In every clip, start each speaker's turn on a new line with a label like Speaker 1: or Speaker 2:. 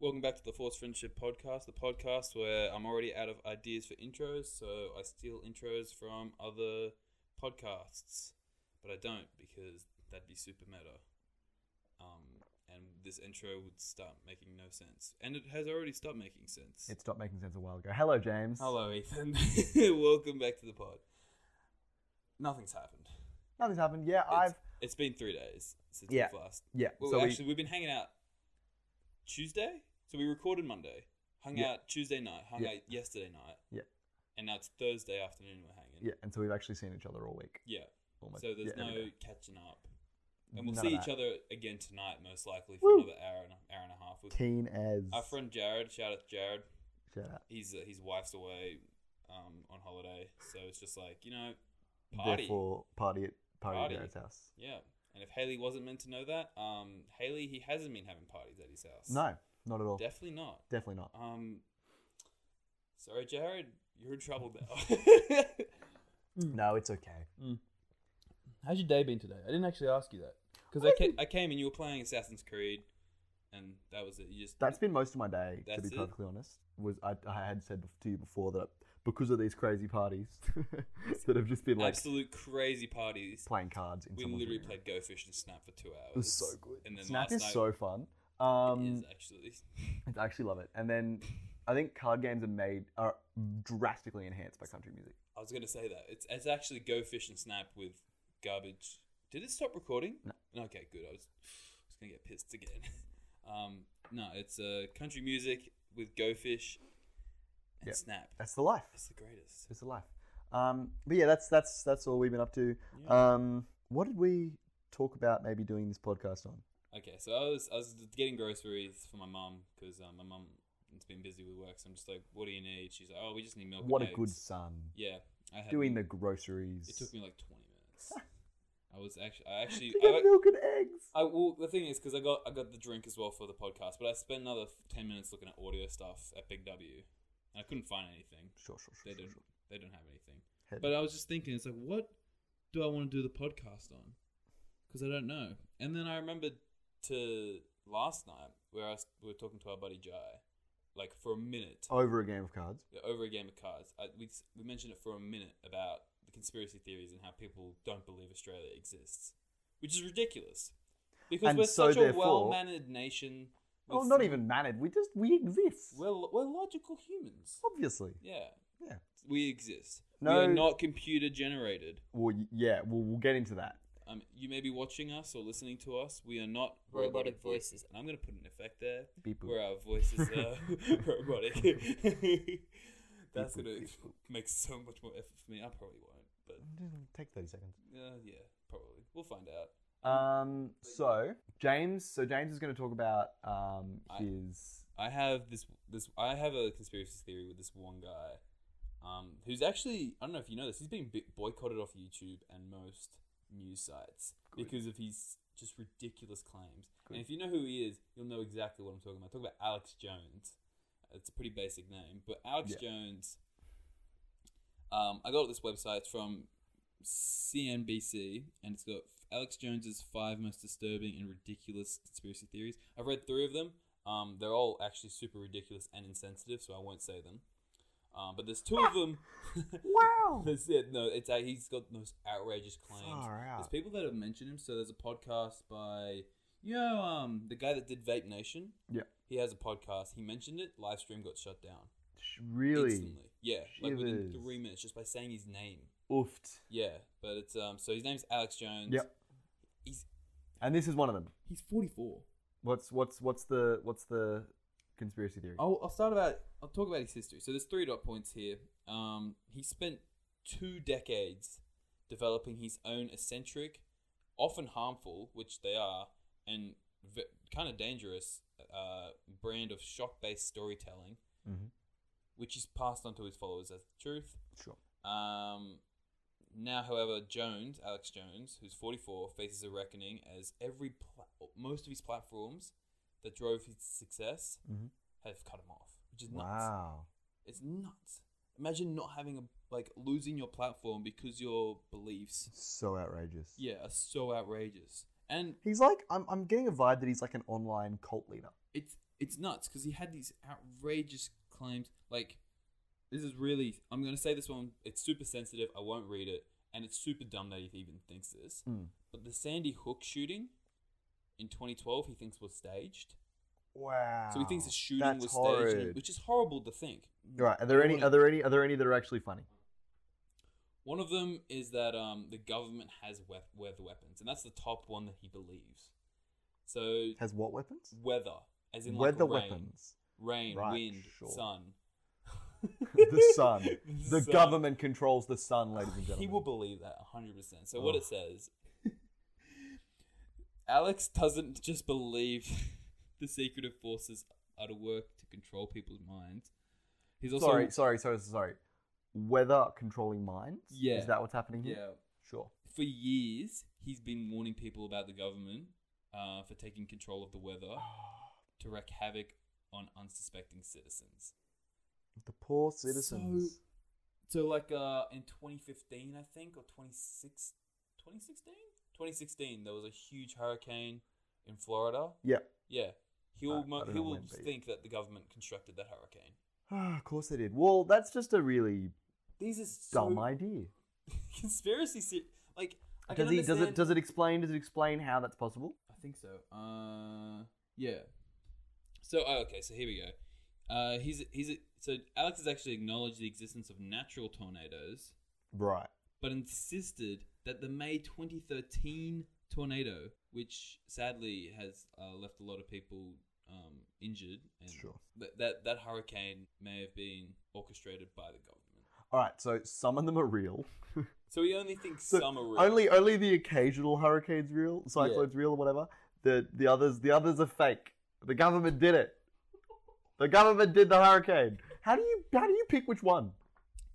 Speaker 1: Welcome back to the Force Friendship Podcast, the podcast where I'm already out of ideas for intros, so I steal intros from other podcasts, but I don't because that'd be super meta. Um, and this intro would start making no sense, and it has already stopped making sense.
Speaker 2: It stopped making sense a while ago. Hello, James.
Speaker 1: Hello, Ethan. Welcome back to the pod. Nothing's happened.
Speaker 2: Nothing's happened. Yeah, I've
Speaker 1: It's been three days since
Speaker 2: Yeah.
Speaker 1: we've last
Speaker 2: yeah.
Speaker 1: Well,
Speaker 2: so
Speaker 1: actually, we... have been hanging out Tuesday, so we recorded Monday, hung
Speaker 2: Yeah.
Speaker 1: out Tuesday night, hung
Speaker 2: Yeah.
Speaker 1: out yesterday night.
Speaker 2: Yeah.
Speaker 1: And now it's Thursday afternoon. We're hanging.
Speaker 2: we, yeah, and so we've actually seen each other all week.
Speaker 1: Yeah.
Speaker 2: Almost.
Speaker 1: So there's
Speaker 2: yeah,
Speaker 1: no
Speaker 2: every day.
Speaker 1: catching up, and we'll
Speaker 2: None
Speaker 1: see
Speaker 2: of
Speaker 1: each
Speaker 2: that.
Speaker 1: other again tonight, most likely for
Speaker 2: Woo.
Speaker 1: another hour and a, hour and a half. With
Speaker 2: Keen as
Speaker 1: our friend Jared. Shout out to Jared.
Speaker 2: Shout out.
Speaker 1: He's uh, his wife's away um, on holiday, so it's just like you know, party.
Speaker 2: Therefore, party at party,
Speaker 1: Party.
Speaker 2: at Jared's house.
Speaker 1: Yeah. And if Haley wasn't meant to know that, um, Haley he hasn't been having parties at his house.
Speaker 2: No, not at all.
Speaker 1: Definitely not.
Speaker 2: Definitely not.
Speaker 1: Um, sorry, Jared, you're in trouble now.
Speaker 2: No, it's okay.
Speaker 1: How's your day been today? I didn't actually ask you that because I,
Speaker 2: I
Speaker 1: ca-
Speaker 2: didn't-
Speaker 1: I came and you were playing Assassin's Creed, and that was it. You just
Speaker 2: That's been most of my day, to
Speaker 1: That's
Speaker 2: be
Speaker 1: it?
Speaker 2: perfectly honest. Was I, I had said to you before that because of these crazy parties that have just been like
Speaker 1: absolute crazy parties.
Speaker 2: playing cards in
Speaker 1: We
Speaker 2: someone's
Speaker 1: literally
Speaker 2: living room.
Speaker 1: played Go Fish and Snap for two hours.
Speaker 2: It was so good.
Speaker 1: And then
Speaker 2: Snap
Speaker 1: last
Speaker 2: is
Speaker 1: night
Speaker 2: so fun.
Speaker 1: it
Speaker 2: Um,
Speaker 1: is actually.
Speaker 2: I actually love it. And then I think card games are made are drastically enhanced by country music.
Speaker 1: I was gonna say that it's it's actually Go Fish and Snap with garbage. Did it stop recording?
Speaker 2: No.
Speaker 1: Okay, good. I was, I was gonna get pissed again. um, no, it's uh, country music with Go Fish and
Speaker 2: Yep.
Speaker 1: Snap.
Speaker 2: That's the life.
Speaker 1: It's the greatest.
Speaker 2: It's the life. Um, but yeah, that's that's that's all we've been up to. Um, what did we talk about? Maybe doing this podcast on?
Speaker 1: Okay, so I was I was getting groceries for my mum because um, my mum has been busy with work. So I'm just like, what do you need? She's like, oh, we just need milk.
Speaker 2: What a
Speaker 1: and
Speaker 2: good
Speaker 1: eggs."
Speaker 2: son
Speaker 1: Yeah, I had
Speaker 2: doing the groceries.
Speaker 1: It took me like 20 minutes. I was actually I actually
Speaker 2: to
Speaker 1: I,
Speaker 2: get milk and eggs.
Speaker 1: I well, the thing is, because I got I got the drink as well for the podcast, but I spent another f- ten minutes looking at audio stuff at Big W, and I couldn't find anything.
Speaker 2: Sure, sure,
Speaker 1: They
Speaker 2: sure. sure,
Speaker 1: didn't.
Speaker 2: sure.
Speaker 1: They don't have anything.
Speaker 2: Head-
Speaker 1: But I was just thinking, it's like, what do I want to do the podcast on? Because I don't know. And then I remembered to last night where I was, we were talking to our buddy Jai, like for a minute
Speaker 2: over a game of cards.
Speaker 1: yeah, over a game of cards. I, we s- we mentioned it for a minute about the conspiracy theories and how people don't believe Australia exists, which is ridiculous because
Speaker 2: And
Speaker 1: we're
Speaker 2: so
Speaker 1: such a
Speaker 2: therefore-
Speaker 1: well-mannered nation.
Speaker 2: Well,
Speaker 1: with-
Speaker 2: not even mannered. We just we exist.
Speaker 1: We're, lo- we're logical humans.
Speaker 2: obviously.
Speaker 1: Yeah.
Speaker 2: Yeah.
Speaker 1: We exist. we
Speaker 2: No-
Speaker 1: are not computer generated.
Speaker 2: Well, y- yeah. We'll, we'll get into that.
Speaker 1: Um, you may be watching us or listening to us. We are not robotic,
Speaker 3: Robotic
Speaker 1: voices.
Speaker 3: voices.
Speaker 1: And I'm going to put an effect there
Speaker 2: Beep boop.
Speaker 1: where our voices are robotic. That's
Speaker 2: Beep boop,
Speaker 1: going to
Speaker 2: beep boop.
Speaker 1: make so much more effort for me. I probably won't, but
Speaker 2: Take thirty seconds.
Speaker 1: Uh, yeah, probably. We'll find out.
Speaker 2: Um. So James. So James is going to talk about um
Speaker 1: I-
Speaker 2: his.
Speaker 1: I have this this I have a conspiracy theory with this one guy, um, who's actually I don't know if you know this. He's been bi- boycotted off YouTube and most news sites
Speaker 2: Good.
Speaker 1: because of his just ridiculous claims.
Speaker 2: Good.
Speaker 1: And if you know who he is, you'll know exactly what I'm talking about. I'm talking about Alex Jones. It's a pretty basic name, but Alex
Speaker 2: Yeah.
Speaker 1: Jones. Um, I got this website it's from CNBC, and it's got Alex Jones's five most disturbing and ridiculous conspiracy theories. I've read three of them. Um, they're all actually super ridiculous and insensitive, so I won't say them. Um, but there's two of them.
Speaker 2: Wow.
Speaker 1: That's it. No, it's uh, he's got the most outrageous claims.
Speaker 2: Far
Speaker 1: There's
Speaker 2: out.
Speaker 1: people that have mentioned him. So there's a podcast by you know um the guy that did Vape Nation.
Speaker 2: Yeah.
Speaker 1: He has a podcast. He mentioned it. Live stream got shut down.
Speaker 2: Sh- Really.
Speaker 1: Instantly. Yeah. Like within
Speaker 2: Shivers.
Speaker 1: three minutes, just by saying his name.
Speaker 2: Oofed.
Speaker 1: Yeah. But it's um. So his name's Alex Jones.
Speaker 2: Yep.
Speaker 1: He's-
Speaker 2: And this is one of them.
Speaker 1: He's 44.
Speaker 2: What's what's what's the what's the conspiracy theory?
Speaker 1: I'll, I'll start about. I'll talk about his history. So there's three dot points here. Um, he spent two decades developing his own eccentric, often harmful, which they are, and v- kind of dangerous uh, brand of shock-based storytelling,
Speaker 2: Mhm.
Speaker 1: which he's passed on to his followers as the truth.
Speaker 2: Sure.
Speaker 1: Um, now, however, Jones, Alex Jones, who's 44, faces a reckoning as every pla- most of his platforms that drove his success
Speaker 2: Mhm.
Speaker 1: have cut him off, which is nuts.
Speaker 2: Wow.
Speaker 1: It's nuts. Imagine not having a like losing your platform because your beliefs,
Speaker 2: So outrageous.
Speaker 1: yeah, are so outrageous. And
Speaker 2: He's like I'm I'm getting a vibe that he's like an online cult leader.
Speaker 1: it's it's nuts because he had these outrageous claims. Like, this is really. I'm going to say this one. It's super sensitive. I won't read it, and it's super dumb that he even thinks this.
Speaker 2: Mm.
Speaker 1: But the Sandy Hook shooting in 2012, he thinks was staged.
Speaker 2: Wow.
Speaker 1: So he thinks the shooting
Speaker 2: That's
Speaker 1: was
Speaker 2: horrid.
Speaker 1: staged, which is horrible to think.
Speaker 2: Right. Are there any?
Speaker 1: Horrible.
Speaker 2: Are there any? Are there any that are actually funny?
Speaker 1: One of them is that um, the government has wep- weather weapons, and that's the top one that he believes. So
Speaker 2: Has what weapons?
Speaker 1: weather, as in like
Speaker 2: Weather
Speaker 1: rain,
Speaker 2: weapons.
Speaker 1: rain,
Speaker 2: Right,
Speaker 1: wind,
Speaker 2: sure.
Speaker 1: sun.
Speaker 2: the sun. The
Speaker 1: sun.
Speaker 2: government controls the sun, ladies and gentlemen.
Speaker 1: He will believe that 100%. So, what
Speaker 2: Oh.
Speaker 1: it says Alex doesn't just believe the secretive forces are to work to control people's minds. He's also.
Speaker 2: sorry, sorry, sorry, sorry. Weather controlling minds.
Speaker 1: Yeah.
Speaker 2: Is that what's happening here?
Speaker 1: Yeah.
Speaker 2: Sure.
Speaker 1: For years, he's been warning people about the government uh, for taking control of the weather to wreak havoc on unsuspecting citizens.
Speaker 2: The poor citizens.
Speaker 1: So, like uh, in 2015, I think, or 26, 2016? 2016, there was a huge hurricane in Florida.
Speaker 2: Yeah.
Speaker 1: Yeah. He
Speaker 2: I-
Speaker 1: will,
Speaker 2: I
Speaker 1: mo-
Speaker 2: don't
Speaker 1: he
Speaker 2: know
Speaker 1: will
Speaker 2: when, but yeah.
Speaker 1: think that the government constructed that hurricane.
Speaker 2: of course they did. Well, that's just a really
Speaker 1: These are
Speaker 2: dumb
Speaker 1: so
Speaker 2: idea.
Speaker 1: conspiracy se- like I
Speaker 2: Does
Speaker 1: can
Speaker 2: he? Does it?
Speaker 1: understand-
Speaker 2: Does it explain? Does it explain how that's possible?
Speaker 1: I think so. Uh, yeah. So oh, okay, so here we go. Uh, he's he's so Alex has actually acknowledged the existence of natural tornadoes,
Speaker 2: Right.
Speaker 1: but insisted that the May 2013 tornado, which sadly has uh, left a lot of people um, injured, and
Speaker 2: Sure.
Speaker 1: that, that that hurricane may have been orchestrated by the government.
Speaker 2: All right. So some of them are real.
Speaker 1: So he only thinks
Speaker 2: So
Speaker 1: some are real.
Speaker 2: Only only the occasional hurricane's real, cyclone's real, or whatever. The the others the others are fake. The government did it. The government did the hurricane. How do you how do you pick which one?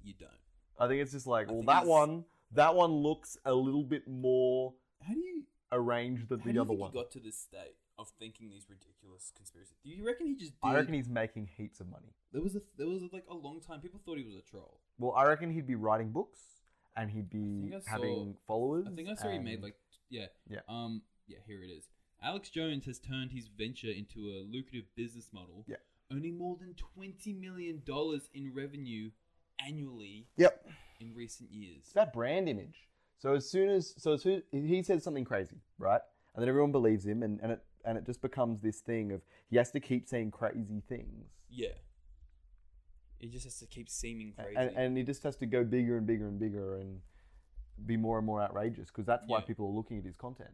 Speaker 1: you don't.
Speaker 2: I think it's just like
Speaker 1: I
Speaker 2: well
Speaker 1: think
Speaker 2: that
Speaker 1: it's-
Speaker 2: one that one looks a little bit more
Speaker 1: How do you
Speaker 2: arranged than
Speaker 1: How do
Speaker 2: the
Speaker 1: you
Speaker 2: other
Speaker 1: think
Speaker 2: one.
Speaker 1: he got to this state of thinking these ridiculous conspiracies? Do you reckon he just did?
Speaker 2: I reckon he's making heaps of money.
Speaker 1: there was a there was like a long time people thought he was a troll.
Speaker 2: Well, I reckon he'd be writing books and he'd be
Speaker 1: think I saw-
Speaker 2: having followers.
Speaker 1: I think I saw he made
Speaker 2: and-
Speaker 1: like yeah
Speaker 2: Yeah.
Speaker 1: um yeah here it is. Alex Jones has turned his venture into a lucrative business model,
Speaker 2: Yeah.
Speaker 1: earning more than twenty million dollars in revenue annually
Speaker 2: Yep.
Speaker 1: in recent years.
Speaker 2: It's that brand image. So as soon as so as who, he says something crazy, right? And then everyone believes him and, and it and it just becomes this thing of he has to keep saying crazy things.
Speaker 1: yeah, he just has to keep seeming crazy.
Speaker 2: And, and he just has to go bigger and bigger and bigger and be more and more outrageous because that's why
Speaker 1: Yeah.
Speaker 2: people are looking at his content.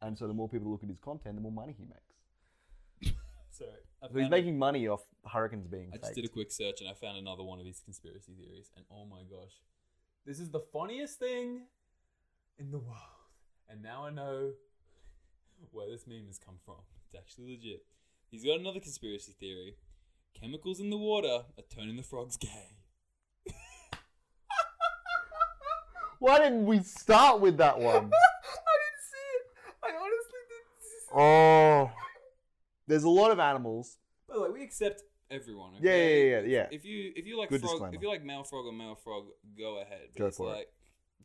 Speaker 2: And so the more people look at his content, the more money he makes.
Speaker 1: Sorry, I
Speaker 2: So he's
Speaker 1: found it-
Speaker 2: making money off hurricanes being
Speaker 1: I
Speaker 2: faked.
Speaker 1: just did a quick search and I found another one of these conspiracy theories, and oh my gosh, this is the funniest thing in the world. And now I know where this meme has come from. It's actually legit. He's got another conspiracy theory: chemicals in the water are turning the frogs gay.
Speaker 2: Why didn't we start with that one?
Speaker 1: didn't see it. I honestly didn't.
Speaker 2: oh, there's a lot of animals.
Speaker 1: But like, we accept everyone.
Speaker 2: Yeah,
Speaker 1: okay?
Speaker 2: yeah, yeah, yeah. yeah.
Speaker 1: If you if you like
Speaker 2: Good
Speaker 1: frog,
Speaker 2: disclaimer.
Speaker 1: if you like male frog or male frog, go ahead. But
Speaker 2: Go
Speaker 1: it's
Speaker 2: for it.
Speaker 1: like,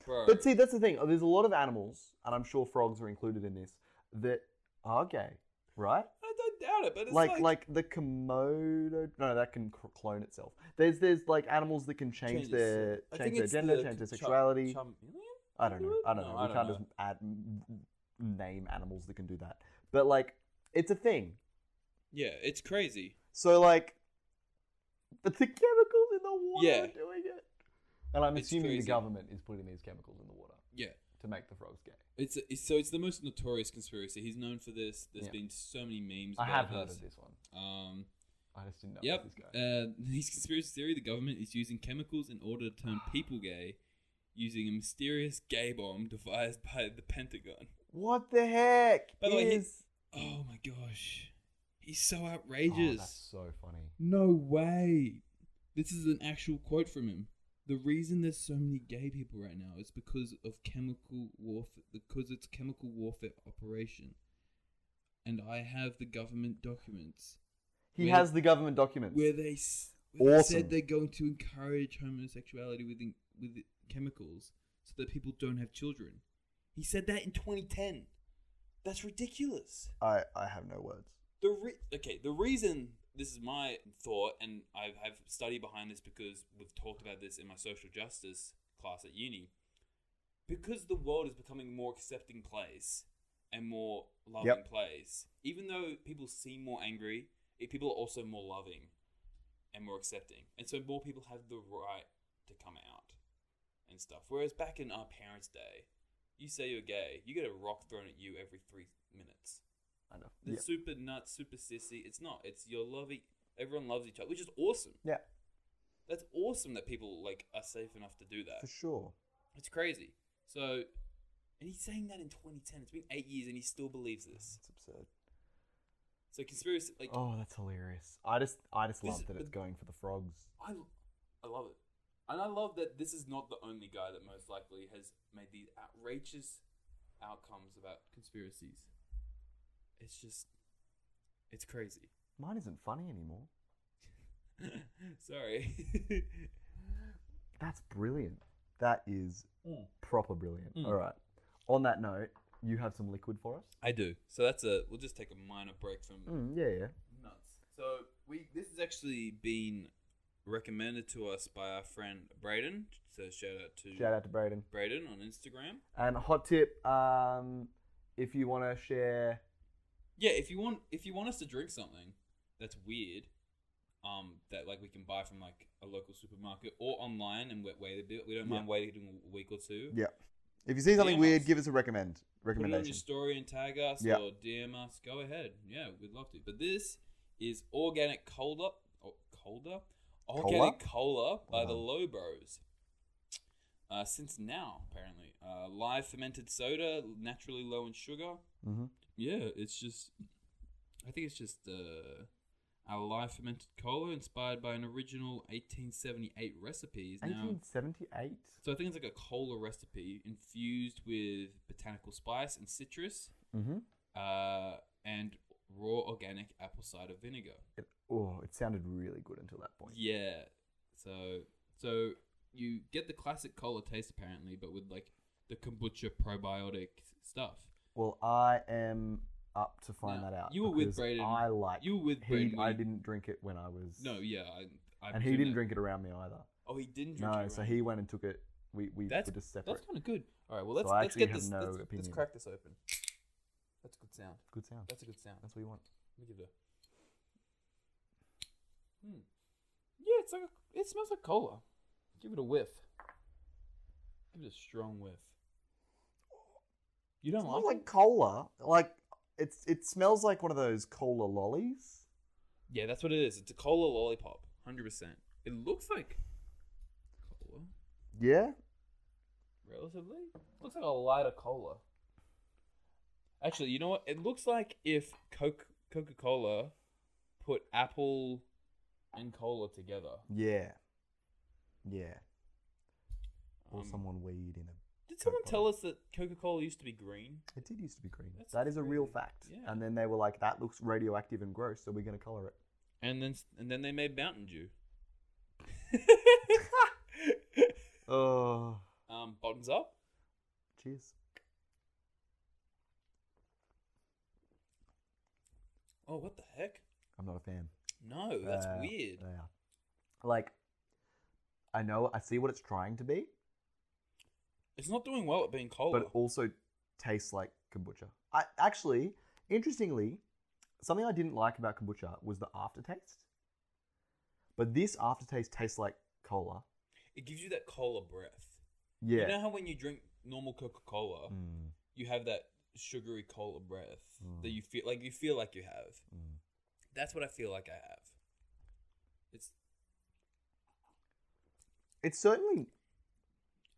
Speaker 1: Bro,
Speaker 2: But see, that's the thing. Oh, There's a lot of animals, and I'm sure frogs are included in this, that are gay, right?
Speaker 1: I don't doubt it. But it's
Speaker 2: Like, like, the komodo. No, that can c- clone itself. There's, there's like animals that can change,
Speaker 1: Change
Speaker 2: their,
Speaker 1: I think
Speaker 2: change their
Speaker 1: it's
Speaker 2: gender,
Speaker 1: the
Speaker 2: change their
Speaker 1: chum-
Speaker 2: sexuality.
Speaker 1: Chameleon?
Speaker 2: I don't know. I don't
Speaker 1: No,
Speaker 2: know.
Speaker 1: I
Speaker 2: we
Speaker 1: don't
Speaker 2: can't
Speaker 1: know.
Speaker 2: just add m- m- name animals that can do that. But like, it's a thing.
Speaker 1: Yeah, it's crazy.
Speaker 2: So like, but the chemicals in the water
Speaker 1: Yeah.
Speaker 2: are doing it. And I'm
Speaker 1: It's
Speaker 2: assuming the
Speaker 1: crazy.
Speaker 2: government is putting these chemicals in the water
Speaker 1: Yeah,
Speaker 2: to make the frogs gay.
Speaker 1: it's, it's so it's the most notorious conspiracy. He's known for this. There's
Speaker 2: Yeah.
Speaker 1: been so many memes.
Speaker 2: I
Speaker 1: about
Speaker 2: have heard
Speaker 1: this.
Speaker 2: of this one.
Speaker 1: Um,
Speaker 2: I just didn't know
Speaker 1: yep.
Speaker 2: about this guy.
Speaker 1: Uh, his conspiracy theory: the government is using chemicals in order to turn people gay, using a mysterious gay bomb devised by the Pentagon.
Speaker 2: what the heck?
Speaker 1: By the way, he-
Speaker 2: is...
Speaker 1: Oh my gosh, he's so
Speaker 2: Oh,
Speaker 1: outrageous.
Speaker 2: that's so funny.
Speaker 1: No way. This is an actual quote from him. The reason there's so many gay people right now is because of chemical warfare, because it's chemical warfare operation. And I have the government documents
Speaker 2: He
Speaker 1: Where-
Speaker 2: has the government documents.
Speaker 1: where they, s- where they
Speaker 2: Awesome.
Speaker 1: said they're going to encourage homosexuality with in- with chemicals so that people don't have children. He said that in 2010. That's ridiculous.
Speaker 2: I I have no words.
Speaker 1: the re- okay the reason this is my thought and I have study behind this because we've talked about this in my social justice class at uni because the world is becoming more accepting place and more loving
Speaker 2: Yep.
Speaker 1: place even though people seem more angry it, people are also more loving and more accepting and so more people have the right to come out and stuff whereas back in our parents day you say you're gay you get a rock thrown at you every three minutes
Speaker 2: I know.
Speaker 1: the
Speaker 2: Yeah.
Speaker 1: super nuts, super sissy. It's not. It's you're loving. Everyone loves each other, which is awesome.
Speaker 2: Yeah.
Speaker 1: That's awesome that people like are safe enough to do
Speaker 2: for
Speaker 1: that.
Speaker 2: sure.
Speaker 1: It's crazy. So, and he's saying that in 2010. It's been eight years, and he still believes this.
Speaker 2: It's absurd.
Speaker 1: So conspiracy, like
Speaker 2: oh, that's hilarious. I just, I just
Speaker 1: This
Speaker 2: love
Speaker 1: is-
Speaker 2: that it's going for the frogs.
Speaker 1: I, I love it, and I love that this is not the only guy that most likely has made these outrageous outcomes about conspiracies. It's just, it's crazy.
Speaker 2: Mine isn't funny anymore.
Speaker 1: Sorry.
Speaker 2: That's brilliant. That is proper brilliant.
Speaker 1: Mm.
Speaker 2: All right. On that note, you have some liquid for us.
Speaker 1: I do. So that's a. We'll just take a minor break from
Speaker 2: Mm, yeah, yeah.
Speaker 1: nuts. So we. This has actually been recommended to us by our friend Braden. So shout out to
Speaker 2: Shout out to Braden.
Speaker 1: Braden on Instagram.
Speaker 2: And a hot tip, um, if you want to share,
Speaker 1: Yeah, if you want, if you want us to drink something that's weird, um, that like we can buy from like a local supermarket or online, and wait, wait a bit. We don't mind waiting a week or two.
Speaker 2: yeah. If you see
Speaker 1: something DM weird, us. give
Speaker 2: us a recommend
Speaker 1: Put it on your story and tag us
Speaker 2: Yeah.
Speaker 1: or DM us. Go ahead. Yeah, we'd love to. But this is organic cola, or colder, organic cola, by the Lobos. Uh, since now, apparently, uh, live fermented soda, naturally low in sugar.
Speaker 2: Mm-hmm.
Speaker 1: Yeah, it's just. I think it's just uh, our live fermented cola, inspired by an original 1878 recipe, is
Speaker 2: Mm-hmm.
Speaker 1: now
Speaker 2: 1878.
Speaker 1: so I think it's like a cola recipe infused with botanical spice and citrus,
Speaker 2: Mm-hmm.
Speaker 1: uh, and raw organic apple cider vinegar.
Speaker 2: It, oh, it sounded really good until that point.
Speaker 1: Yeah. So so you get the classic cola taste apparently, but with like the kombucha probiotic stuff.
Speaker 2: Well, I am up to find
Speaker 1: Now,
Speaker 2: that out.
Speaker 1: you were with
Speaker 2: because
Speaker 1: Braden.
Speaker 2: I like.
Speaker 1: You were with
Speaker 2: he,
Speaker 1: Braden.
Speaker 2: I
Speaker 1: when-
Speaker 2: didn't drink it when I was.
Speaker 1: No, yeah, I. I
Speaker 2: and he
Speaker 1: presume
Speaker 2: didn't
Speaker 1: that-
Speaker 2: drink it around me either.
Speaker 1: Oh, he didn't drink.
Speaker 2: No,
Speaker 1: it
Speaker 2: so
Speaker 1: around.
Speaker 2: he went and took it. We we
Speaker 1: That's-
Speaker 2: were just separate.
Speaker 1: That's kind of good. All right, well let's
Speaker 2: So I
Speaker 1: let's
Speaker 2: actually
Speaker 1: get
Speaker 2: have
Speaker 1: this.
Speaker 2: no
Speaker 1: let's, let's
Speaker 2: opinion.
Speaker 1: crack this open. That's a good sound.
Speaker 2: Good sound.
Speaker 1: That's a good sound.
Speaker 2: That's what you want.
Speaker 1: Let me give it a. Hmm. Yeah, it's like a, it smells like cola. Give it a whiff. Give it a strong whiff. You
Speaker 2: It
Speaker 1: don't
Speaker 2: smells
Speaker 1: like,
Speaker 2: like
Speaker 1: it?
Speaker 2: cola. Like it's it smells like one of those cola lollies.
Speaker 1: Yeah, that's what it is. It's a cola lollipop, hundred percent. It looks like cola,
Speaker 2: Yeah.
Speaker 1: relatively. Looks like a lighter cola. Actually, you know what? It looks like if Coke Coca Cola put apple and cola together.
Speaker 2: Yeah. Yeah. Or
Speaker 1: Um,
Speaker 2: someone weed in a.
Speaker 1: Did someone
Speaker 2: Coke
Speaker 1: tell us that Coca Cola used to be green?
Speaker 2: It did used to be green.
Speaker 1: That's
Speaker 2: That is a real
Speaker 1: crazy.
Speaker 2: fact.
Speaker 1: Yeah.
Speaker 2: And then they were like, "That looks radioactive and gross, so we're gonna color it."
Speaker 1: And then and then they made Mountain Dew.
Speaker 2: Oh.
Speaker 1: um, bottoms up.
Speaker 2: Cheers.
Speaker 1: Oh, what the heck?
Speaker 2: I'm not a fan.
Speaker 1: No, that's
Speaker 2: Uh,
Speaker 1: weird.
Speaker 2: Yeah. Like, I know I see what it's trying to be,
Speaker 1: It's not doing well at being cola.
Speaker 2: but it also tastes like kombucha. I actually, interestingly, something I didn't like about kombucha was the aftertaste. But this aftertaste tastes like cola.
Speaker 1: it gives you that cola breath.
Speaker 2: Yeah.
Speaker 1: You know how when you drink normal Coca Cola,
Speaker 2: Mm,
Speaker 1: you have that sugary cola breath that
Speaker 2: Mm.
Speaker 1: you feel like you feel like you have.
Speaker 2: mm.
Speaker 1: That's what I feel like I have. It's
Speaker 2: It's certainly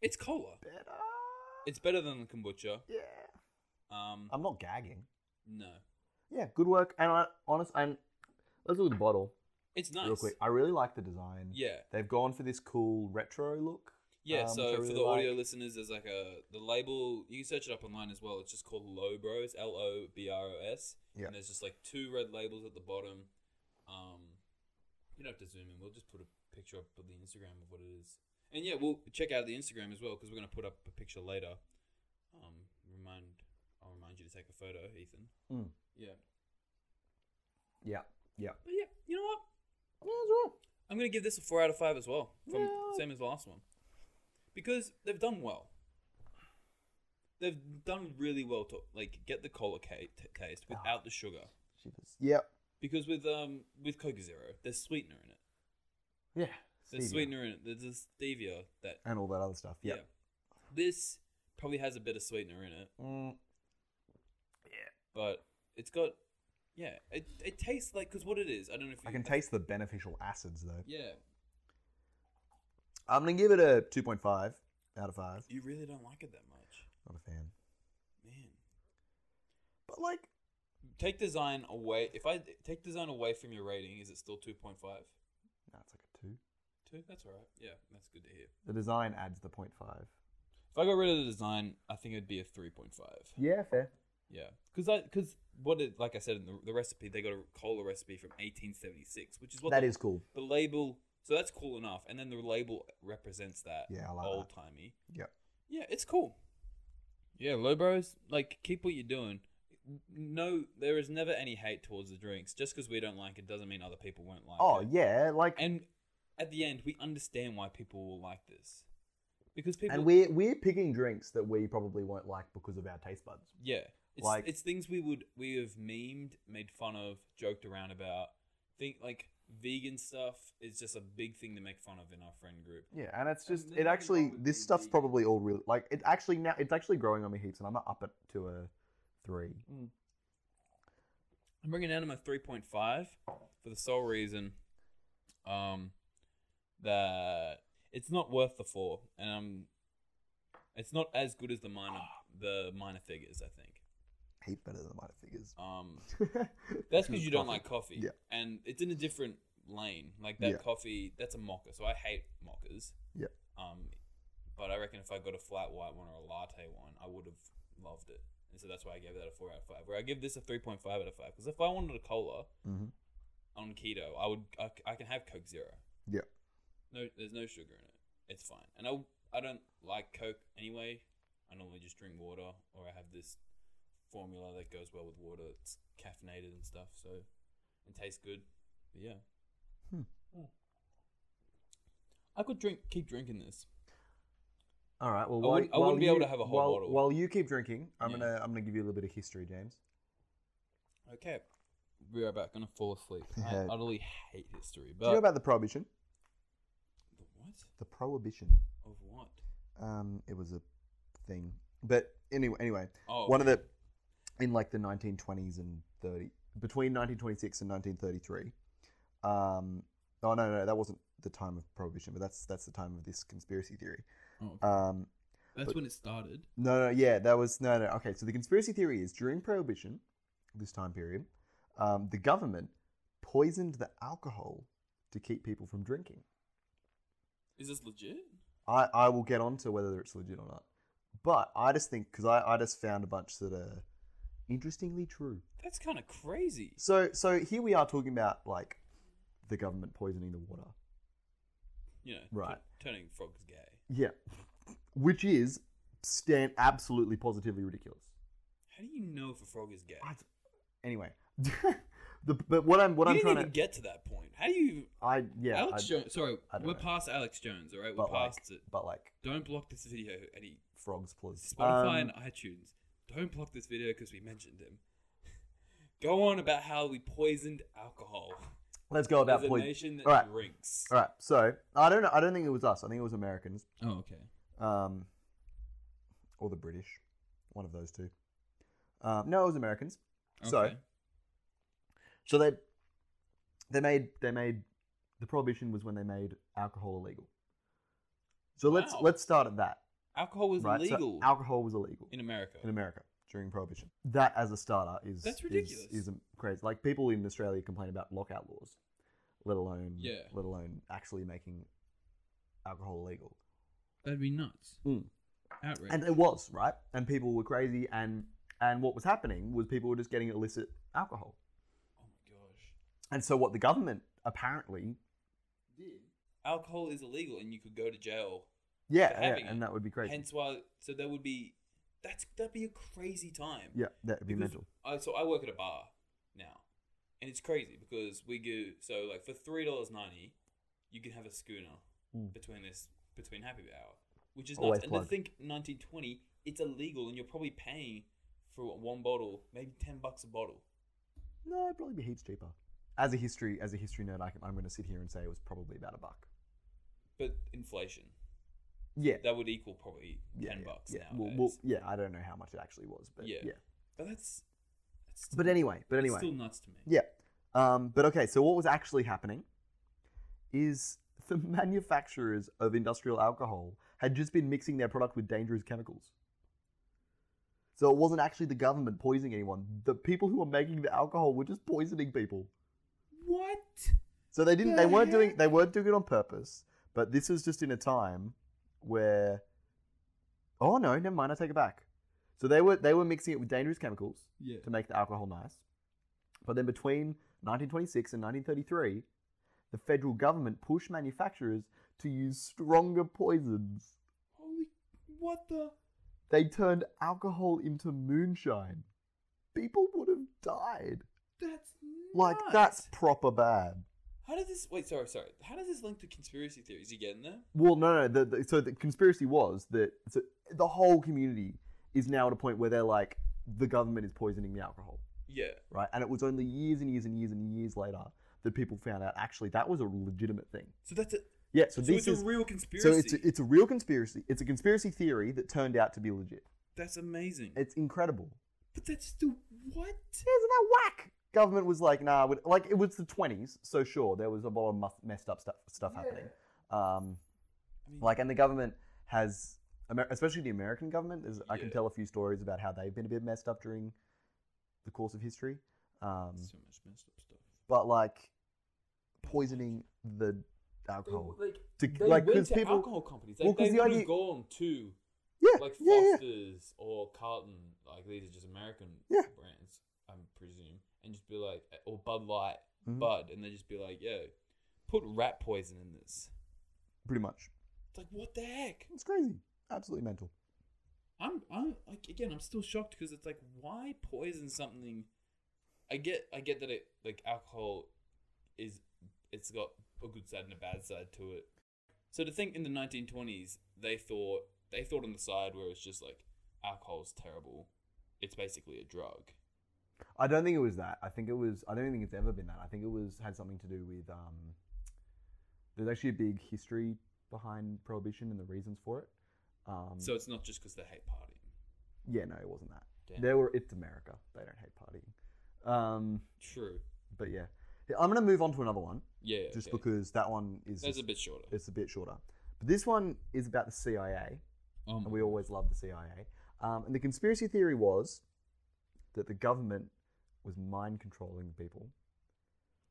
Speaker 1: it's cola.
Speaker 2: better.
Speaker 1: It's better than the kombucha.
Speaker 2: yeah.
Speaker 1: Um,
Speaker 2: I'm not gagging.
Speaker 1: no,
Speaker 2: Yeah, good work. And I honest and let's look at the bottle
Speaker 1: it's nice.
Speaker 2: real quick. I really like the design.
Speaker 1: Yeah,
Speaker 2: They've gone for this cool retro look.
Speaker 1: Yeah,
Speaker 2: um, which I
Speaker 1: so for
Speaker 2: really
Speaker 1: the audio
Speaker 2: like.
Speaker 1: listeners, there's like a the label. You can search it up online as well. It's just called Lobros, L O B R O S.
Speaker 2: Yeah.
Speaker 1: And there's just like two red labels at the bottom. Um, you don't have to zoom in. We'll just put a picture up of the Instagram of what it is. And yeah, we'll check out the Instagram as well because we're gonna put up a picture later.
Speaker 2: Hmm.
Speaker 1: Um, remind I'll remind you to take a photo, Ethan.
Speaker 2: Mm.
Speaker 1: Yeah.
Speaker 2: Yeah.
Speaker 1: But yeah, you know what?
Speaker 2: Yeah, that's
Speaker 1: I'm gonna give this a four out of five as well, from
Speaker 2: Yeah.
Speaker 1: same as the last one, because they've done well. They've done really well to like get the cola ca- t- taste
Speaker 2: Ah.
Speaker 1: without the sugar,
Speaker 2: Cheapest. Yep.
Speaker 1: because with um with Coke Zero, there's sweetener in it.
Speaker 2: Yeah.
Speaker 1: There's
Speaker 2: Stevia.
Speaker 1: sweetener in it. There's this stevia that
Speaker 2: And all that other stuff.
Speaker 1: yeah.
Speaker 2: Yeah.
Speaker 1: This probably has a bit of sweetener in it,
Speaker 2: Mm,
Speaker 1: but it's got yeah. It it tastes like because what it is, I don't know if you
Speaker 2: I can taste the beneficial acids though.
Speaker 1: Yeah,
Speaker 2: I'm gonna give it a 2.5 out of five.
Speaker 1: you really don't like it that much,
Speaker 2: Not a fan.
Speaker 1: man.
Speaker 2: But like,
Speaker 1: Take design away. If I take design away from your rating, is it still 2.5?
Speaker 2: no, it's like a two.
Speaker 1: Two? That's all right. Yeah, that's good to hear.
Speaker 2: The design adds the 0.5.
Speaker 1: If I got rid of the design, I think it'd be a 3.5.
Speaker 2: Yeah, fair.
Speaker 1: Yeah, because I because what it like I said in the, the recipe, they got a cola recipe from 1876, which is what
Speaker 2: That
Speaker 1: the,
Speaker 2: is cool.
Speaker 1: the label. So that's cool enough, and then the label represents that
Speaker 2: Yeah, I like
Speaker 1: old timey.
Speaker 2: Yeah.
Speaker 1: Yeah, it's cool. Yeah, Lobros, like keep what you're doing. No, there is never any hate towards the drinks. Just because we don't like it doesn't mean other people won't like
Speaker 2: Oh
Speaker 1: it.
Speaker 2: yeah, like, and,
Speaker 1: And at the end, we understand why people will like this because people.
Speaker 2: we're we're picking drinks that we probably won't like because of our taste buds.
Speaker 1: yeah, it's,
Speaker 2: like-
Speaker 1: it's things we would we have memed, made fun of, joked around about. Think like vegan stuff is just a big thing to make fun of in our friend group.
Speaker 2: Yeah, and it's just
Speaker 1: And
Speaker 2: it
Speaker 1: nothing wrong
Speaker 2: actually
Speaker 1: with
Speaker 2: this
Speaker 1: being
Speaker 2: stuff's
Speaker 1: vegan.
Speaker 2: probably all really like it actually now it's actually growing on me heaps, and I'm gonna up it to a three.
Speaker 1: I'm bringing down to my 3.5 for the sole reason um, that it's not worth the four, and um, it's not as good as the minor the minor figures. I think.
Speaker 2: Heap better than my figures.
Speaker 1: Um, That's because you don't
Speaker 2: Coffee.
Speaker 1: like coffee.
Speaker 2: Yeah.
Speaker 1: And it's in a different lane. Like that
Speaker 2: Yeah.
Speaker 1: coffee, that's a mocha. So I hate mockers.
Speaker 2: Yeah.
Speaker 1: Um, but I reckon if I got a flat white one or a latte one, I would have loved it. And so that's why I gave that a four out of five. Where I give this a three point five out of five because if I wanted a cola
Speaker 2: Mhm.
Speaker 1: on keto, I would. I, c- I can have Coke Zero.
Speaker 2: Yeah.
Speaker 1: No, there's no sugar in it. It's fine. And I I don't like Coke anyway. I normally just drink water or I have this formula that goes well with water. It's caffeinated and stuff, so and tastes good. But yeah.
Speaker 2: Hmm.
Speaker 1: I could drink, keep drinking this.
Speaker 2: All right. Well,
Speaker 1: I
Speaker 2: while,
Speaker 1: wouldn't- I
Speaker 2: while
Speaker 1: wouldn't be
Speaker 2: you,
Speaker 1: able to have a whole
Speaker 2: while,
Speaker 1: bottle.
Speaker 2: While you keep drinking, I'm
Speaker 1: Yeah.
Speaker 2: gonna I'm gonna give you a little bit of history, James.
Speaker 1: Okay, we are about gonna fall asleep.
Speaker 2: Yeah.
Speaker 1: I utterly hate history,
Speaker 2: Do you
Speaker 1: but
Speaker 2: know about the prohibition?
Speaker 1: the what
Speaker 2: The prohibition.
Speaker 1: of what?
Speaker 2: Um, it was a thing, but anyway, anyway,
Speaker 1: Oh,
Speaker 2: one of the in like the 1920s and 30 between 1926 and 1933. Um, oh no, no, that wasn't the time of prohibition, but that's that's the time of this conspiracy theory.
Speaker 1: oh, okay.
Speaker 2: Um,
Speaker 1: that's
Speaker 2: but-
Speaker 1: when it started.
Speaker 2: No, no, yeah, that was no, no. Okay, so the conspiracy theory is during Prohibition, this time period, um, the government poisoned the alcohol to keep people from drinking.
Speaker 1: Is this legit?
Speaker 2: I, I will get on to whether it's legit or not, but I just think because I, I just found a bunch that are interestingly true.
Speaker 1: That's kind of crazy.
Speaker 2: So so here we are talking about like the government poisoning the water.
Speaker 1: You know,
Speaker 2: Right.
Speaker 1: tu- turning frogs gay.
Speaker 2: Yeah, which is stand absolutely positively ridiculous.
Speaker 1: How do you know if a frog is gay?
Speaker 2: I, anyway, the, but what I'm what
Speaker 1: you
Speaker 2: I'm
Speaker 1: didn't
Speaker 2: trying
Speaker 1: even
Speaker 2: to
Speaker 1: get to that point. How do you?
Speaker 2: I yeah
Speaker 1: Alex
Speaker 2: I-
Speaker 1: Jones. Sorry,
Speaker 2: I don't
Speaker 1: we're
Speaker 2: know.
Speaker 1: past Alex Jones. All right, we're
Speaker 2: but like,
Speaker 1: past it.
Speaker 2: but like
Speaker 1: Don't block this video, Eddie.
Speaker 2: frogs, please.
Speaker 1: Spotify
Speaker 2: Um,
Speaker 1: and iTunes. Don't block this video because we mentioned him. Go on about how we poisoned alcohol.
Speaker 2: let's go about
Speaker 1: As a
Speaker 2: poison.
Speaker 1: nation that
Speaker 2: All right.
Speaker 1: drinks.
Speaker 2: All right, so I don't know. I don't think it was us. I think it was Americans,
Speaker 1: Oh, okay.
Speaker 2: um, or the British, one of those two. Um, no, it was Americans. So-
Speaker 1: Okay.
Speaker 2: So they they made they made the prohibition was when they made alcohol illegal. So let's
Speaker 1: Wow.
Speaker 2: let's start at that.
Speaker 1: alcohol was
Speaker 2: right? So
Speaker 1: legal
Speaker 2: alcohol was illegal
Speaker 1: in America.
Speaker 2: in America during prohibition. That as a starter is
Speaker 1: That's
Speaker 2: is-
Speaker 1: ridiculous.
Speaker 2: Is, um, crazy. Like people in Australia complain about lockout laws, let alone
Speaker 1: Yeah.
Speaker 2: let alone actually making alcohol illegal.
Speaker 1: That'd be nuts.
Speaker 2: Mm.
Speaker 1: Outrage.
Speaker 2: And it was right, and people were crazy, and and what was happening was people were just getting illicit alcohol.
Speaker 1: oh my gosh.
Speaker 2: And so what the government apparently
Speaker 1: Alcohol is illegal, and you could go to jail.
Speaker 2: yeah,
Speaker 1: For
Speaker 2: yeah
Speaker 1: having
Speaker 2: and
Speaker 1: it.
Speaker 2: that would be crazy.
Speaker 1: Hence why. So that would be. That's that'd be a crazy time.
Speaker 2: Yeah, that'd be
Speaker 1: Because
Speaker 2: mental.
Speaker 1: I, so I work at a bar now, and it's crazy because we go so like for three dollars ninety, you can have a schooner
Speaker 2: Mm.
Speaker 1: between this between happy hour, which is nuts.
Speaker 2: Always
Speaker 1: and to
Speaker 2: plug.
Speaker 1: think nineteen twenty, it's illegal, and you're probably paying for one bottle, maybe ten bucks a bottle.
Speaker 2: No, it'd probably be heaps cheaper. As a history, as a history nerd, I can, I'm going to sit here and say it was probably about a buck.
Speaker 1: But inflation,
Speaker 2: Yeah,
Speaker 1: that would equal probably
Speaker 2: yeah,
Speaker 1: ten
Speaker 2: yeah,
Speaker 1: bucks
Speaker 2: yeah.
Speaker 1: now.
Speaker 2: Well, well, yeah, I don't know how much it actually was, but yeah.
Speaker 1: Yeah. but that's, that's
Speaker 2: But anyway, but
Speaker 1: that's
Speaker 2: anyway,
Speaker 1: still nuts to me.
Speaker 2: yeah. Um, but okay, so what was actually happening is the manufacturers of industrial alcohol had just been mixing their product with dangerous chemicals. So it wasn't actually the government poisoning anyone. The people who were making the alcohol were just poisoning people.
Speaker 1: What?
Speaker 2: So they didn't.
Speaker 1: The
Speaker 2: They weren't doing.
Speaker 1: heck?
Speaker 2: They weren't doing it on purpose. But this was just in a time where. Oh no! Never mind. I take it back. So they were they were mixing it with dangerous chemicals
Speaker 1: Yeah.
Speaker 2: to make the alcohol nice. But then between 1926 and 1933, the federal government pushed manufacturers to use stronger poisons.
Speaker 1: Holy, what the?
Speaker 2: They turned alcohol into moonshine. People would have died.
Speaker 1: That's
Speaker 2: Like
Speaker 1: nuts.
Speaker 2: that's proper bad.
Speaker 1: How does this? Wait, sorry, sorry. How does this link to conspiracy theories? You getting there?
Speaker 2: Well, no, no. The, the, so the conspiracy was that so the whole community is now at a point where they're like, the government is poisoning the alcohol,
Speaker 1: Yeah.
Speaker 2: right? And it was only years and years and years and years later that people found out actually that was a legitimate thing.
Speaker 1: So that's a.
Speaker 2: Yeah.
Speaker 1: So,
Speaker 2: So, this
Speaker 1: it's
Speaker 2: is
Speaker 1: a real
Speaker 2: so
Speaker 1: conspiracy.
Speaker 2: it's a, it's a real conspiracy. It's a conspiracy theory that turned out to be legit.
Speaker 1: that's amazing.
Speaker 2: It's incredible.
Speaker 1: but that's still what?
Speaker 2: Isn't that whack? Government was like, nah, we like it was the twenties, so sure there was a lot of mu- messed up stuff stuff happening. Um,
Speaker 1: I mean,
Speaker 2: like and the government has Amer- especially the american government there's, i can
Speaker 1: Yeah.
Speaker 2: tell a few stories about how they've been a bit messed up during the course of history um,
Speaker 1: so much messed up stuff.
Speaker 2: but like poisoning the
Speaker 1: They,
Speaker 2: alcohol
Speaker 1: like,
Speaker 2: to,
Speaker 1: they
Speaker 2: like
Speaker 1: went
Speaker 2: because
Speaker 1: to
Speaker 2: people
Speaker 1: alcohol companies. They,
Speaker 2: Well, 'cause
Speaker 1: they
Speaker 2: the
Speaker 1: would
Speaker 2: idea-
Speaker 1: have gone to
Speaker 2: yeah
Speaker 1: like
Speaker 2: yeah yeah
Speaker 1: Foster's or Carlton. Like these are just American
Speaker 2: Yeah.
Speaker 1: brands, I presume, and just be like, or Bud Light,
Speaker 2: Mhm.
Speaker 1: Bud, and they just be like, yo, put rat poison in this.
Speaker 2: pretty much
Speaker 1: It's like what the heck?
Speaker 2: it's crazy absolutely mental
Speaker 1: I'm, I'm like again, I'm still shocked because it's like, why poison something? I get, I get that it like alcohol is, it's got a good side and a bad side to it. So to think in the 1920s, they thought they thought on the side where it's just like alcohol's terrible. It's basically a drug.
Speaker 2: i don't think it was that i think it was i don't think it's ever been that i think it was had something to do with um, there's actually a big history behind prohibition and the reasons for it um,
Speaker 1: So it's not just because they hate partying.
Speaker 2: yeah no it wasn't that
Speaker 1: Damn.
Speaker 2: They were. It's America. They don't hate partying. Um,
Speaker 1: True.
Speaker 2: but yeah, Yeah, I'm gonna move on to another one
Speaker 1: Yeah.
Speaker 2: just
Speaker 1: okay.
Speaker 2: because that one is
Speaker 1: that's
Speaker 2: just-
Speaker 1: a bit shorter.
Speaker 2: it's a bit shorter. But this one is about the CIA,
Speaker 1: Um,
Speaker 2: and we always love the CIA. Um, and the conspiracy theory was that the government was mind controlling people.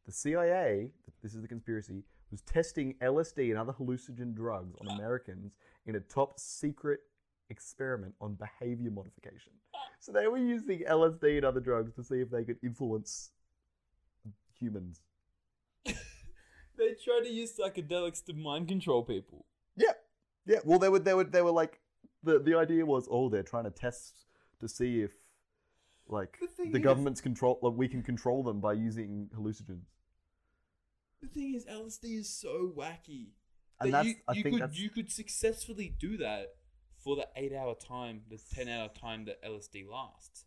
Speaker 2: The CIA, this is the conspiracy, was testing LSD and other hallucinogen drugs on Americans in a top secret experiment on behavior modification. So they were using LSD and other drugs to see if they could influence humans.
Speaker 1: they try to use psychedelics to mind control people.
Speaker 2: Yeah, well, they were they were they were like the the idea was oh they're trying to test to see if like
Speaker 1: The thing
Speaker 2: the
Speaker 1: is-
Speaker 2: government's control like we can control them by using hallucinogens.
Speaker 1: The thing is, LSD is so wacky. that
Speaker 2: And that's
Speaker 1: you,
Speaker 2: I
Speaker 1: you
Speaker 2: think
Speaker 1: could
Speaker 2: that's
Speaker 1: you could successfully do that for the eight hour time, the ten hour time that LSD lasts.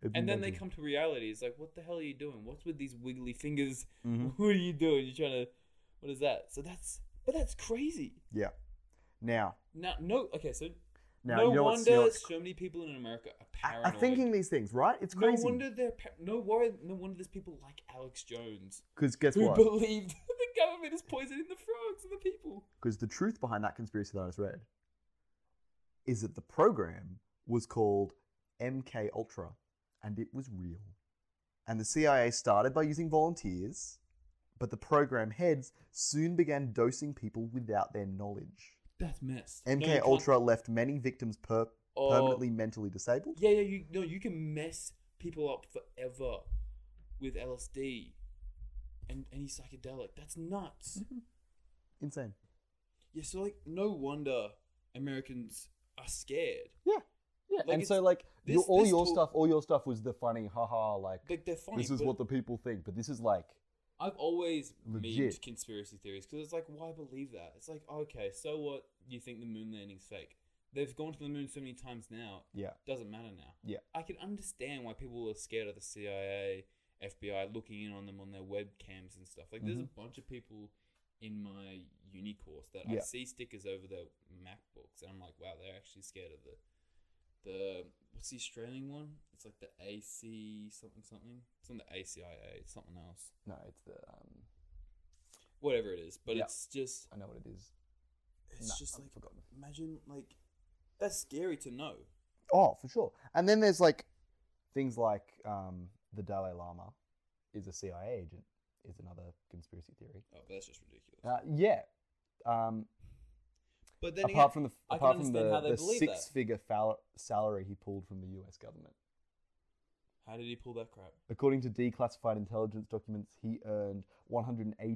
Speaker 2: it's
Speaker 1: And then they
Speaker 2: mental.
Speaker 1: come to reality. It's like, what the hell are you doing? What's with these wiggly fingers?
Speaker 2: Mhm.
Speaker 1: What are you doing? You're trying to what is that? So that's but that's crazy.
Speaker 2: Yeah. Now,
Speaker 1: Now no okay, so
Speaker 2: now
Speaker 1: no
Speaker 2: you know what's, you
Speaker 1: wonder
Speaker 2: know what's
Speaker 1: so many people in America are
Speaker 2: are,
Speaker 1: paranoid.
Speaker 2: are thinking these things, right? It's
Speaker 1: no
Speaker 2: crazy.
Speaker 1: wonder they're par- no worry no wonder there's people like Alex Jones
Speaker 2: Because guess
Speaker 1: who
Speaker 2: what?
Speaker 1: believed the government is poisoning the frogs and the people.
Speaker 2: Because the truth behind that conspiracy that I just read is that the program was called MK Ultra, and it was real. And the CIA started by using volunteers, but the program heads soon began dosing people without their knowledge.
Speaker 1: That's messed. No, you
Speaker 2: MK
Speaker 1: can't-
Speaker 2: Ultra left many victims per-
Speaker 1: Oh.
Speaker 2: permanently mentally disabled.
Speaker 1: Yeah, yeah, you no, you can mess people up forever with LSD and any psychedelic. That's
Speaker 2: Mm.
Speaker 1: nuts.
Speaker 2: Mm-hmm. Insane.
Speaker 1: Yeah, so like no wonder Americans are scared.
Speaker 2: Yeah. Yeah,
Speaker 1: Like,
Speaker 2: and
Speaker 1: it's-
Speaker 2: so like your,
Speaker 1: this-
Speaker 2: all
Speaker 1: this
Speaker 2: your
Speaker 1: talk-
Speaker 2: stuff, all your stuff was the funny, haha, like
Speaker 1: Like they're funny.
Speaker 2: this is
Speaker 1: but
Speaker 2: what the people think, but this is like
Speaker 1: I've always memed
Speaker 2: Legit.
Speaker 1: conspiracy theories because it's like, why believe that? It's like, okay, so what? You think the moon landing's fake? They've gone to the moon so many times now.
Speaker 2: yeah,
Speaker 1: Doesn't matter now.
Speaker 2: Yeah.
Speaker 1: I can understand why people are scared of the CIA, FBI looking in on them on their webcams and stuff. Like, there's a bunch of people in my uni course that I
Speaker 2: Mm-hmm. Yeah.
Speaker 1: see stickers over their MacBooks, and I'm like, wow, they're actually scared of the the what's the Australian one? It's like the AC something something. It's on the ACIA. It's something else.
Speaker 2: no, it's the um,
Speaker 1: Whatever it is, but
Speaker 2: Yeah.
Speaker 1: it's just
Speaker 2: I know what it is.
Speaker 1: it's
Speaker 2: Nah,
Speaker 1: just
Speaker 2: I've
Speaker 1: like
Speaker 2: forgotten.
Speaker 1: imagine like that's scary to know.
Speaker 2: Oh, for sure. And then there's like things like um, the Dalai Lama is a CIA agent is another conspiracy theory.
Speaker 1: Oh, but that's just ridiculous.
Speaker 2: Uh, yeah. Um,
Speaker 1: but then again,
Speaker 2: apart from the
Speaker 1: I can
Speaker 2: apart from
Speaker 1: understand how
Speaker 2: the,
Speaker 1: they
Speaker 2: the
Speaker 1: believe that.
Speaker 2: six figure fal- salary he pulled from the U.S. government.
Speaker 1: how did he pull that crap?
Speaker 2: According to declassified intelligence documents, he earned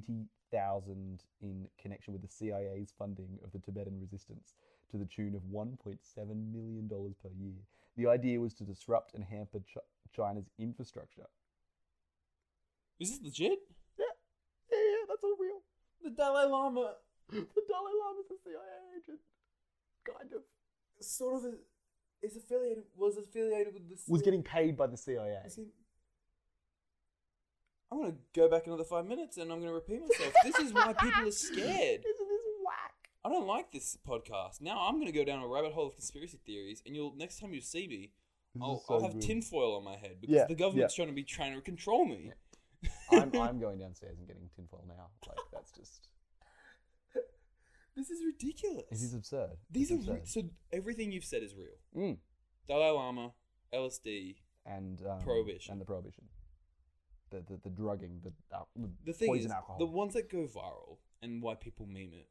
Speaker 2: 180,000 in connection with the CIA's funding of the Tibetan resistance to the tune of 1.7 million dollars per year. The idea was to disrupt and hamper Ch- China's infrastructure.
Speaker 1: Is this legit?
Speaker 2: Yeah. Yeah, yeah, that's all real.
Speaker 1: The Dalai Lama
Speaker 2: The Dalai Lama's a CIA agent. Kind of.
Speaker 1: sort of is affiliated was affiliated with the
Speaker 2: Was getting paid by the CIA.
Speaker 1: I see- I'm gonna go back another five minutes and I'm gonna repeat myself. this is why people are scared.
Speaker 2: Isn't this whack?
Speaker 1: I don't like this podcast. Now I'm gonna go down a rabbit hole of conspiracy theories, and you'll next time you see me,
Speaker 2: This
Speaker 1: I'll,
Speaker 2: is so
Speaker 1: I'll have
Speaker 2: good.
Speaker 1: tinfoil on my head because
Speaker 2: Yeah,
Speaker 1: the government's trying to be trying to control me.
Speaker 2: I'm, I'm going downstairs and getting tinfoil now. Like, that's just.
Speaker 1: This is ridiculous.
Speaker 2: It is absurd.
Speaker 1: These are
Speaker 2: It's
Speaker 1: re-
Speaker 2: absurd.
Speaker 1: so everything you've said is real.
Speaker 2: Mm.
Speaker 1: Dalai Lama, LSD.
Speaker 2: and um,
Speaker 1: Prohibition.
Speaker 2: and the prohibition, the the, the drugging, the, al- the,
Speaker 1: The thing
Speaker 2: poison
Speaker 1: is,
Speaker 2: alcohol.
Speaker 1: the ones that go viral and why people meme it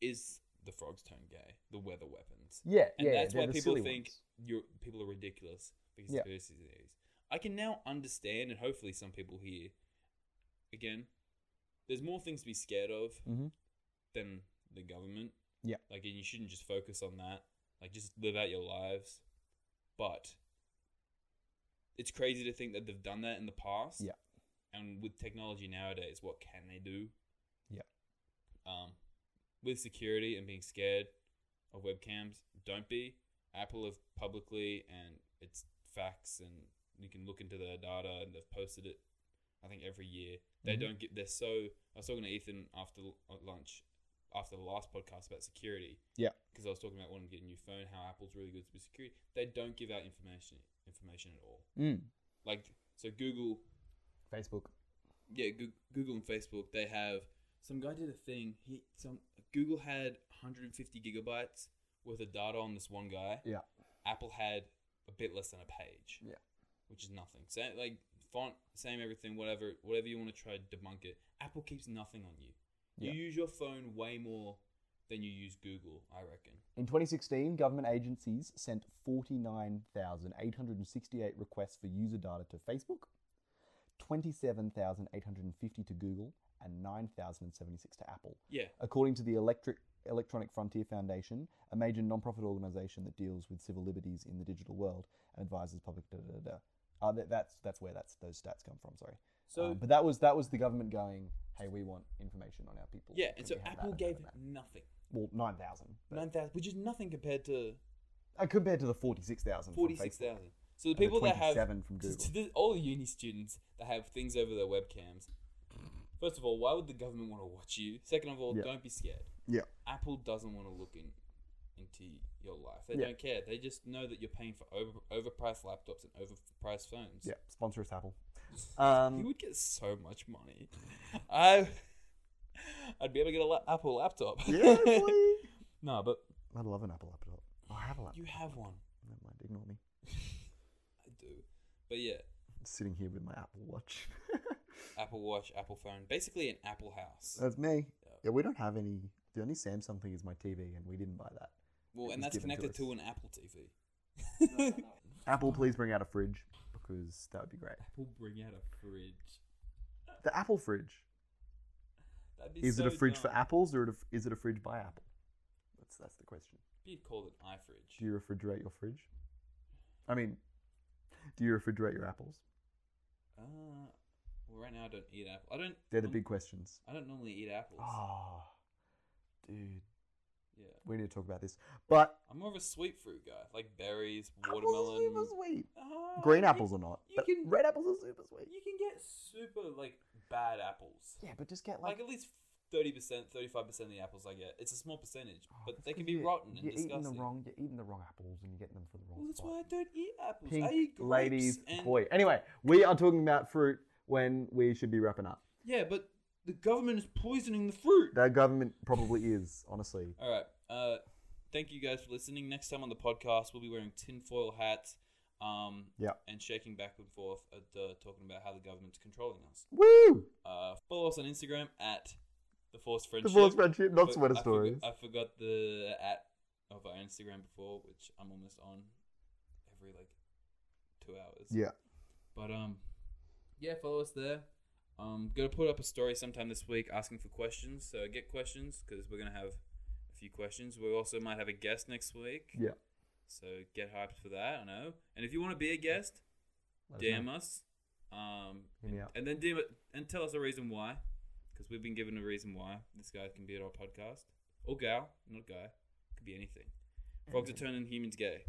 Speaker 1: is the frogs turn gay, the weather weapons.
Speaker 2: yeah,
Speaker 1: and
Speaker 2: yeah,
Speaker 1: that's
Speaker 2: they're
Speaker 1: why
Speaker 2: the
Speaker 1: people
Speaker 2: silly
Speaker 1: think
Speaker 2: ones.
Speaker 1: you're, people are ridiculous because
Speaker 2: Yeah.
Speaker 1: conspiracy theories. I can now understand, and hopefully, some people here again. There's more things to be scared of
Speaker 2: Mhm.
Speaker 1: than the government.
Speaker 2: Yeah.
Speaker 1: like and you shouldn't just focus on that. Like, just live out your lives. But it's crazy to think that they've done that in the past.
Speaker 2: Mm-hmm. Yeah.
Speaker 1: and with technology nowadays, what can they do?
Speaker 2: Yeah.
Speaker 1: um, with security and being scared of webcams, don't be. Apple have publicly, and it's facts, and you can look into their data, and they've posted it. I think every year they
Speaker 2: Mhm.
Speaker 1: don't get. They're so. I was talking to Ethan after l- at lunch, after the last podcast about security.
Speaker 2: Yeah.
Speaker 1: Because I was talking about wanting to get a new phone, how Apple's really good with security. They don't give out information information at all.
Speaker 2: Mm.
Speaker 1: Like so, Google
Speaker 2: Facebook.
Speaker 1: yeah, Goo- Google and Facebook, they have some guy did a thing. He some Google had 150 gigabytes worth of data on this one guy.
Speaker 2: Yeah.
Speaker 1: Apple had a bit less than a page.
Speaker 2: Yeah.
Speaker 1: Which is nothing. Same like font, same everything, whatever, whatever you want to try to debunk it. Apple keeps nothing on you.
Speaker 2: Yeah.
Speaker 1: You use your phone way more than you use Google, I reckon.
Speaker 2: In 2016, government agencies sent 49,868 requests for user data to Facebook, 27,850 to Google, and 9,076 to Apple.
Speaker 1: Yeah.
Speaker 2: According to the Electric Electronic Frontier Foundation, a major non-profit organisation that deals with civil liberties in the digital world and advises public da da da. da. Uh, that, that's that's where that's those stats come from. Sorry,
Speaker 1: So
Speaker 2: Um, but that was that was the government going, hey, we want information on our people.
Speaker 1: yeah, and
Speaker 2: Could
Speaker 1: so
Speaker 2: we have that
Speaker 1: Apple
Speaker 2: and that
Speaker 1: gave
Speaker 2: and that?
Speaker 1: nothing.
Speaker 2: well nine thousand
Speaker 1: 9,000, which is nothing compared to
Speaker 2: uh, compared to the forty-six thousand.
Speaker 1: 46,000. So the
Speaker 2: the
Speaker 1: people that have
Speaker 2: seven from
Speaker 1: to-
Speaker 2: Google.
Speaker 1: To the, all uni students that have things over their webcams. First of all, why would the government want to watch you? Second of all,
Speaker 2: Yeah.
Speaker 1: don't be scared.
Speaker 2: Yeah.
Speaker 1: Apple doesn't want to look in, into your life. They
Speaker 2: Yeah.
Speaker 1: don't care. They just know that you're paying for over, overpriced laptops and overpriced phones.
Speaker 2: Yeah, sponsor us, Apple.
Speaker 1: You
Speaker 2: Um,
Speaker 1: would get so much money. I, I'd be able to get a la- Apple laptop.
Speaker 2: yeah, boy.
Speaker 1: no, but
Speaker 2: I'd love an Apple laptop. I have a laptop.
Speaker 1: you have one.
Speaker 2: Never mind, ignore me.
Speaker 1: I do. But yeah,
Speaker 2: I'm sitting here with my Apple Watch.
Speaker 1: Apple Watch, Apple phone, basically an Apple house.
Speaker 2: That's me.
Speaker 1: Yeah.
Speaker 2: Yeah. we don't have any. The only Samsung thing is my TV, and we didn't buy that.
Speaker 1: well,
Speaker 2: it
Speaker 1: and
Speaker 2: was
Speaker 1: that's
Speaker 2: given to
Speaker 1: connected
Speaker 2: us.
Speaker 1: to an Apple TV.
Speaker 2: Apple, please bring out a fridge because that would be great.
Speaker 1: Apple bring out a fridge.
Speaker 2: The Apple fridge.
Speaker 1: That'd be
Speaker 2: Is it a
Speaker 1: so
Speaker 2: fridge for
Speaker 1: dumb.
Speaker 2: apples or it a- is it a fridge by Apple? That's that's the question.
Speaker 1: You'd call it an
Speaker 2: Do
Speaker 1: iFridge.
Speaker 2: you refrigerate your fridge? I mean, do you refrigerate your apples?
Speaker 1: Uh, well, right now I don't eat apple. I don't.
Speaker 2: They're the
Speaker 1: norm-
Speaker 2: big questions.
Speaker 1: I don't normally eat Mm. apples.
Speaker 2: Oh, dude,
Speaker 1: Yeah,
Speaker 2: we need to talk about this. But
Speaker 1: I'm more of a sweet fruit guy, like berries,
Speaker 2: apples are
Speaker 1: watermelon.
Speaker 2: super sweet.
Speaker 1: Ah,
Speaker 2: Green
Speaker 1: you-
Speaker 2: apples or not,
Speaker 1: you
Speaker 2: but
Speaker 1: can-
Speaker 2: red apples are super sweet.
Speaker 1: You can get super like bad apples.
Speaker 2: Yeah, but just get
Speaker 1: Like
Speaker 2: like,
Speaker 1: at least thirty percent, thirty-five percent of the apples I get. It's a small percentage,
Speaker 2: Oh,
Speaker 1: but
Speaker 2: that's
Speaker 1: they can
Speaker 2: 'cause
Speaker 1: be
Speaker 2: you-
Speaker 1: rotten and
Speaker 2: you're
Speaker 1: disgusting.
Speaker 2: Eating the wrong, you're eating the wrong apples and you're getting them for the wrong.
Speaker 1: well, that's
Speaker 2: spot.
Speaker 1: why I don't eat apples.
Speaker 2: Pink
Speaker 1: I eat grapes
Speaker 2: ladies
Speaker 1: and
Speaker 2: boy. Anyway, we are talking about fruit when we should be wrapping up.
Speaker 1: yeah, but the government is poisoning the fruit.
Speaker 2: That government probably is, honestly.
Speaker 1: All right. Uh, thank you guys for listening. Next time on the podcast, we'll be wearing tinfoil hats. Um,
Speaker 2: Yep.
Speaker 1: And shaking back and forth at uh, talking about how the government's controlling us.
Speaker 2: Woo!
Speaker 1: Uh, follow us on Instagram at the Force
Speaker 2: The
Speaker 1: Friendship.
Speaker 2: forced friendship, not
Speaker 1: But
Speaker 2: sweater
Speaker 1: I forgot-
Speaker 2: stories.
Speaker 1: I forgot the at of our Instagram before, which I'm almost on every like two hours.
Speaker 2: Yeah.
Speaker 1: But um, yeah, follow us there. Um, gonna put up a story sometime this week asking for questions. So get questions because we're gonna have a few questions. We also might have a guest next week.
Speaker 2: Yeah.
Speaker 1: So get hyped for that. I know. And if you want to be a guest,
Speaker 2: Let us
Speaker 1: DM
Speaker 2: know.
Speaker 1: us. Um,
Speaker 2: Hit me up.
Speaker 1: and then DM it and tell us a reason why, because we've been given a reason why this guy can be at our podcast or gal, not guy, could be anything. Frogs are turning humans gay.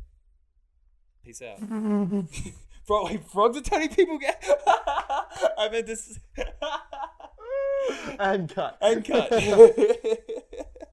Speaker 1: Peace out. Bro, wait, frogs are turning people gay. I meant this.
Speaker 2: And cut.
Speaker 1: and cut.